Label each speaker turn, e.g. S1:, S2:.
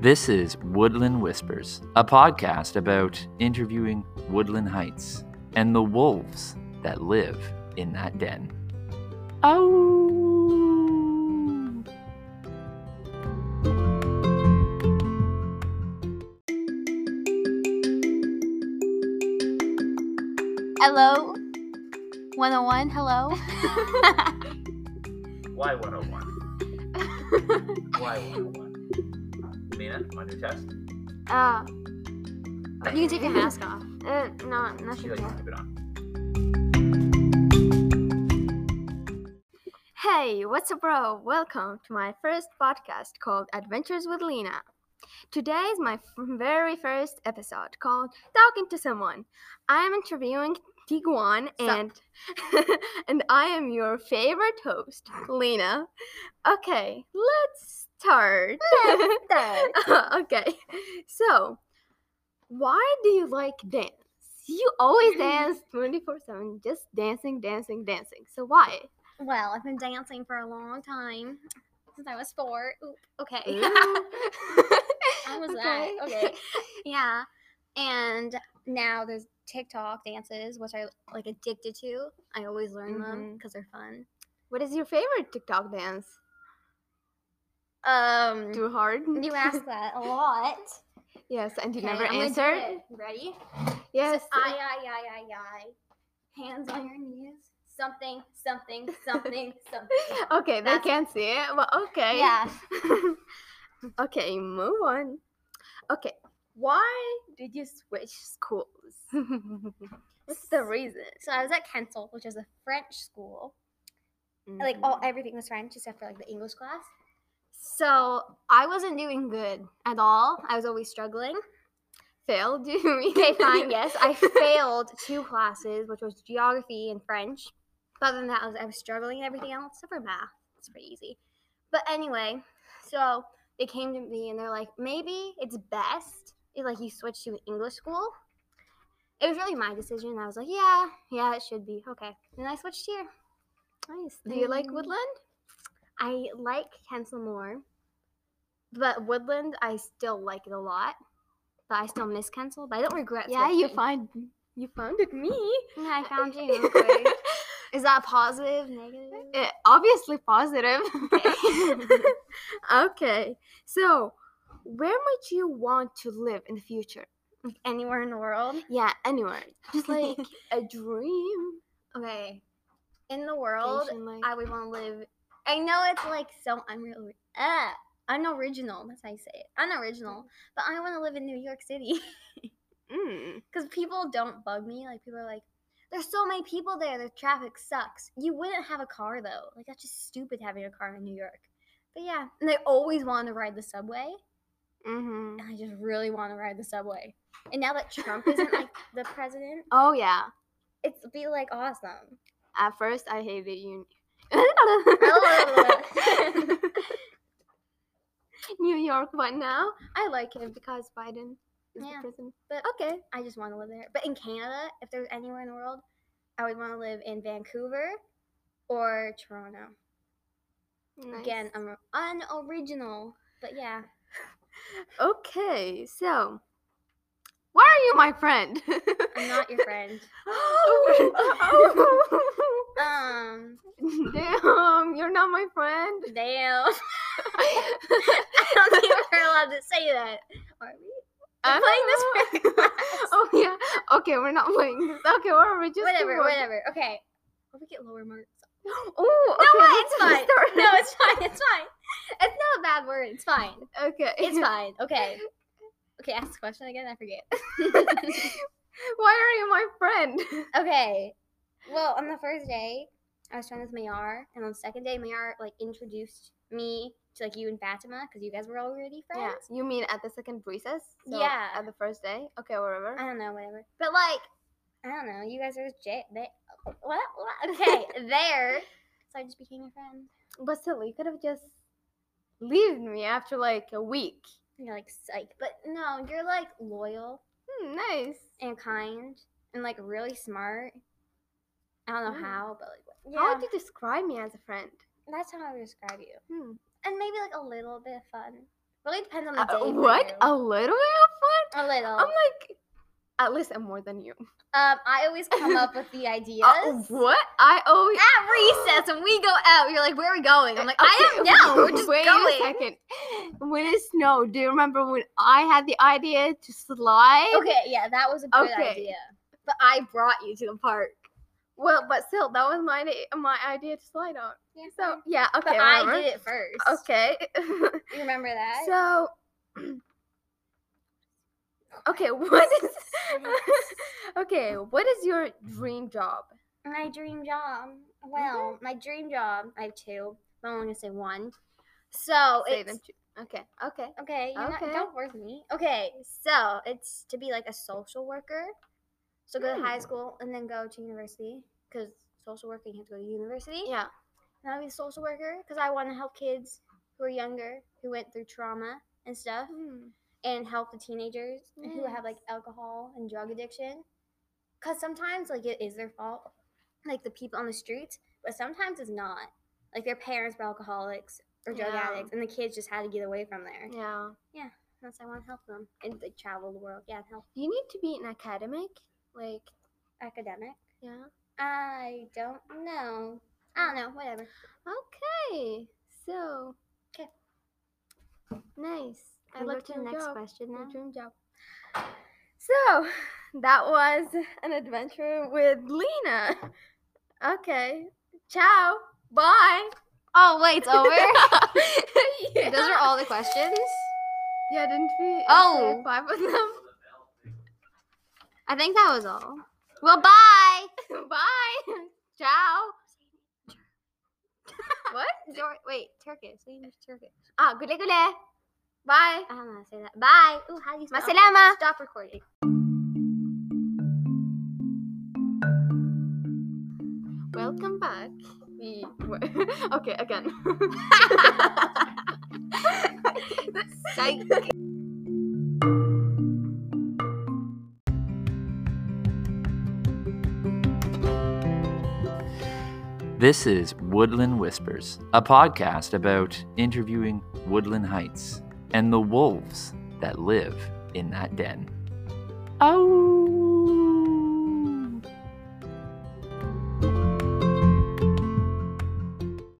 S1: This is Woodland Whispers, a podcast about interviewing Woodland Heights and the wolves that live in that den. Oh!
S2: Hello? 101, hello?
S3: Why 101? Why 101? Mina, on your test?
S4: Uh, you can take your mask off. Uh, no, nothing.
S3: She doesn't want to put it on.
S4: Hey, what's up, bro? Welcome to my first podcast called Adventures with Lena. Today is my f- very first episode called Talking to Someone. I am interviewing Tiguan and and I am your favorite host, Lena. Okay, let's start. okay. So, why do you like dance? You always dance 24/7, just dancing, dancing, dancing. So why?
S2: well, I've been dancing for a long time since I was four. Oop, okay.
S4: I
S2: was that. Okay. yeah. And now there's TikTok dances, which I like addicted to. I always learn them
S4: Mhm.
S2: because they're fun.
S4: What is your favorite TikTok dance?
S2: Um,
S4: Too hard?
S2: you ask that a lot.
S4: yes, and you
S2: Okay,
S4: never
S2: I'm gonna do
S4: answered.
S2: it. Ready?
S4: Yes.
S2: Just aye, aye, aye, aye, aye. Hands on your knees. Something, something, something, something.
S4: okay, they
S2: That's-
S4: can't see it. Well, okay.
S2: Yeah.
S4: okay, move on. Okay, why did you switch schools? What's the reason?
S2: So I was at Kensel, which is a French school. Like all
S4: Mhm.
S2: everything was French except for like the English class.
S4: so
S2: I wasn't doing good at all. I was always struggling.
S4: failed you.
S2: Okay, fine, yes. I failed two classes, which was geography and French. But other than that, I was, I was struggling in everything else, except for math. It's pretty easy. But anyway, so they came to me and they're like, maybe it's best if like you switch to an English school. It was really my decision. I was like, yeah, yeah, it should be. Okay. And I switched here. Nice.
S4: Do you like
S2: Mm.
S4: Woodland?
S2: I like Kensel more, but Woodland I still like it a lot. But I still miss Kensel, but I don't regret.
S4: yeah, you
S2: switching.
S4: find you founded me.
S2: Yeah, I found you. Okay. Is that positive, negative?
S4: Uh, obviously positive.
S2: Okay.
S4: okay. So, where might you want to live in the future?
S2: Anywhere in the world.
S4: Yeah, anywhere. Just like a dream.
S2: Okay. In the world,
S4: vacation, like-
S2: I would want to live. I know it's like so unreal. Uh, unoriginal. That's how you say it. Unoriginal. But I want to live in New York City.
S4: Mm.
S2: because people don't bug me. Like people are like, there's so many people there. The traffic sucks. You wouldn't have a car though. Like that's just stupid having a car in New York. But yeah, and they always want to ride the subway,
S4: hmm
S2: and I just really want to ride the subway. And now that Trump isn't like the president,
S4: Oh yeah.
S2: it's be like awesome.
S4: At first, I hated you. New York, but now I like it because Biden is
S2: Yeah.
S4: the president.
S2: But okay, I just want to live there. But in Canada, if there's anywhere in the world, I would want to live in Vancouver or Toronto. Again,
S4: Nice.
S2: un- unoriginal. But yeah.
S4: Okay, so why are you my friend?
S2: I'm not your friend. Um,
S4: Damn, you're not my friend.
S2: damn. I don't think we're allowed to say that. Are we? I'm playing this
S4: Oh.
S2: pretty fast.
S4: oh yeah. Okay, we're not playing this. Okay, whatever. Just keep
S2: whatever,
S4: going.
S2: whatever. Okay. Will we get lower marks?
S4: Oh, okay.
S2: no, wait, it's
S4: let's
S2: fine.
S4: restart.
S2: No, it's fine. It's fine. It's not a bad word. It's fine.
S4: okay.
S2: It's fine. Okay. Okay, ask the question again. I forget.
S4: Why are you my friend?
S2: okay. Well, on the first day, I was trying with Mayar, and on the second day, Mayar like introduced me to like you and Fatima because you guys were already
S4: Yeah,
S2: friends.
S4: you mean at the second recess?
S2: Yeah. Uh,
S4: At the first day? Okay, whatever.
S2: I don't know, whatever. But like, I don't know. You guys are j- they, what, what? Okay, there. So I just became your friend.
S4: But still, you could have just leaved me after like a week.
S2: You're like psych, but no, you're like loyal
S4: Hmm, nice.
S2: and kind and like really smart. I don't know
S4: Mm. Yeah.
S2: how, but like,
S4: How
S2: yeah,
S4: would you describe me as a friend?
S2: that's how I would describe you.
S4: Hmm.
S2: And maybe like a little bit of fun, Really depends on the day.
S4: Uh,
S2: for
S4: what?
S2: you. Uh,
S4: A little bit of
S2: A little.
S4: fun? I'm like, at least I'm more than you.
S2: Um, I always come up with the ideas.
S4: Uh, what? I always.
S2: At recess, when we go out, you're like, "Where are we going?" I'm like, "I don't
S4: Okay,
S2: know. We're just
S4: Wait
S2: going."
S4: a second. When it snowed, do you remember when I had the idea to slide?
S2: Okay, yeah, that was a good
S4: Okay.
S2: idea. But I brought you to the park.
S4: Well, but still, that was my idea- my idea to slide on. So yeah, okay.
S2: but I
S4: whatever.
S2: did it first.
S4: Okay.
S2: You remember that?
S4: so. Okay, what is okay? What is your dream job?
S2: my dream job. Well,
S4: Mm-hmm.
S2: my dream job. I have two. I'm only gonna say one. So
S4: Say
S2: Oh, it's
S4: them to- Okay, okay.
S2: okay. You're Not,
S4: Okay.
S2: don't work me. Okay, so it's to be like a social worker. So go to high
S4: Hmm.
S2: school and then go to university because social worker you have to go to university.
S4: Yeah.
S2: And I'll be a social worker because I want to help kids who are younger who went through trauma and stuff.
S4: Hmm,
S2: and help the teenagers who have like alcohol and drug addiction because sometimes like it is their fault like the people on the streets but sometimes it's not like their parents were alcoholics or drug
S4: Yeah.
S2: addicts and the kids just had to get away from there
S4: Yeah.
S2: that's i want to help them and like travel the world yeah and help
S4: You need to be an academic, like
S2: academic
S4: yeah.
S2: i don't know i don't know whatever
S4: Okay, so
S2: 'Kay.
S4: Nice. I
S2: Can we go
S4: love
S2: to the next question
S4: Your
S2: now?
S4: dream job. So that was an adventure with Lena. Okay. Ciao. Bye.
S2: oh wait it's
S4: Yeah.
S2: those are all the questions
S4: Yeah, didn't we? answer
S2: Oh.
S4: Five of them.
S2: i think that was all well bye
S4: Bye. Ciao. what?
S2: Dor- wait turkish we use turkish
S4: Ah, gule gule. Bye.
S2: I don't know how to Ah, say that. Bye. Ooh, how do you spell it?
S4: Masalama.
S2: Stop recording.
S4: Welcome back. We were okay again.
S2: Psych.
S1: This is Woodland Whispers, a podcast about interviewing Woodland Heights and the wolves that live in that den. Oh.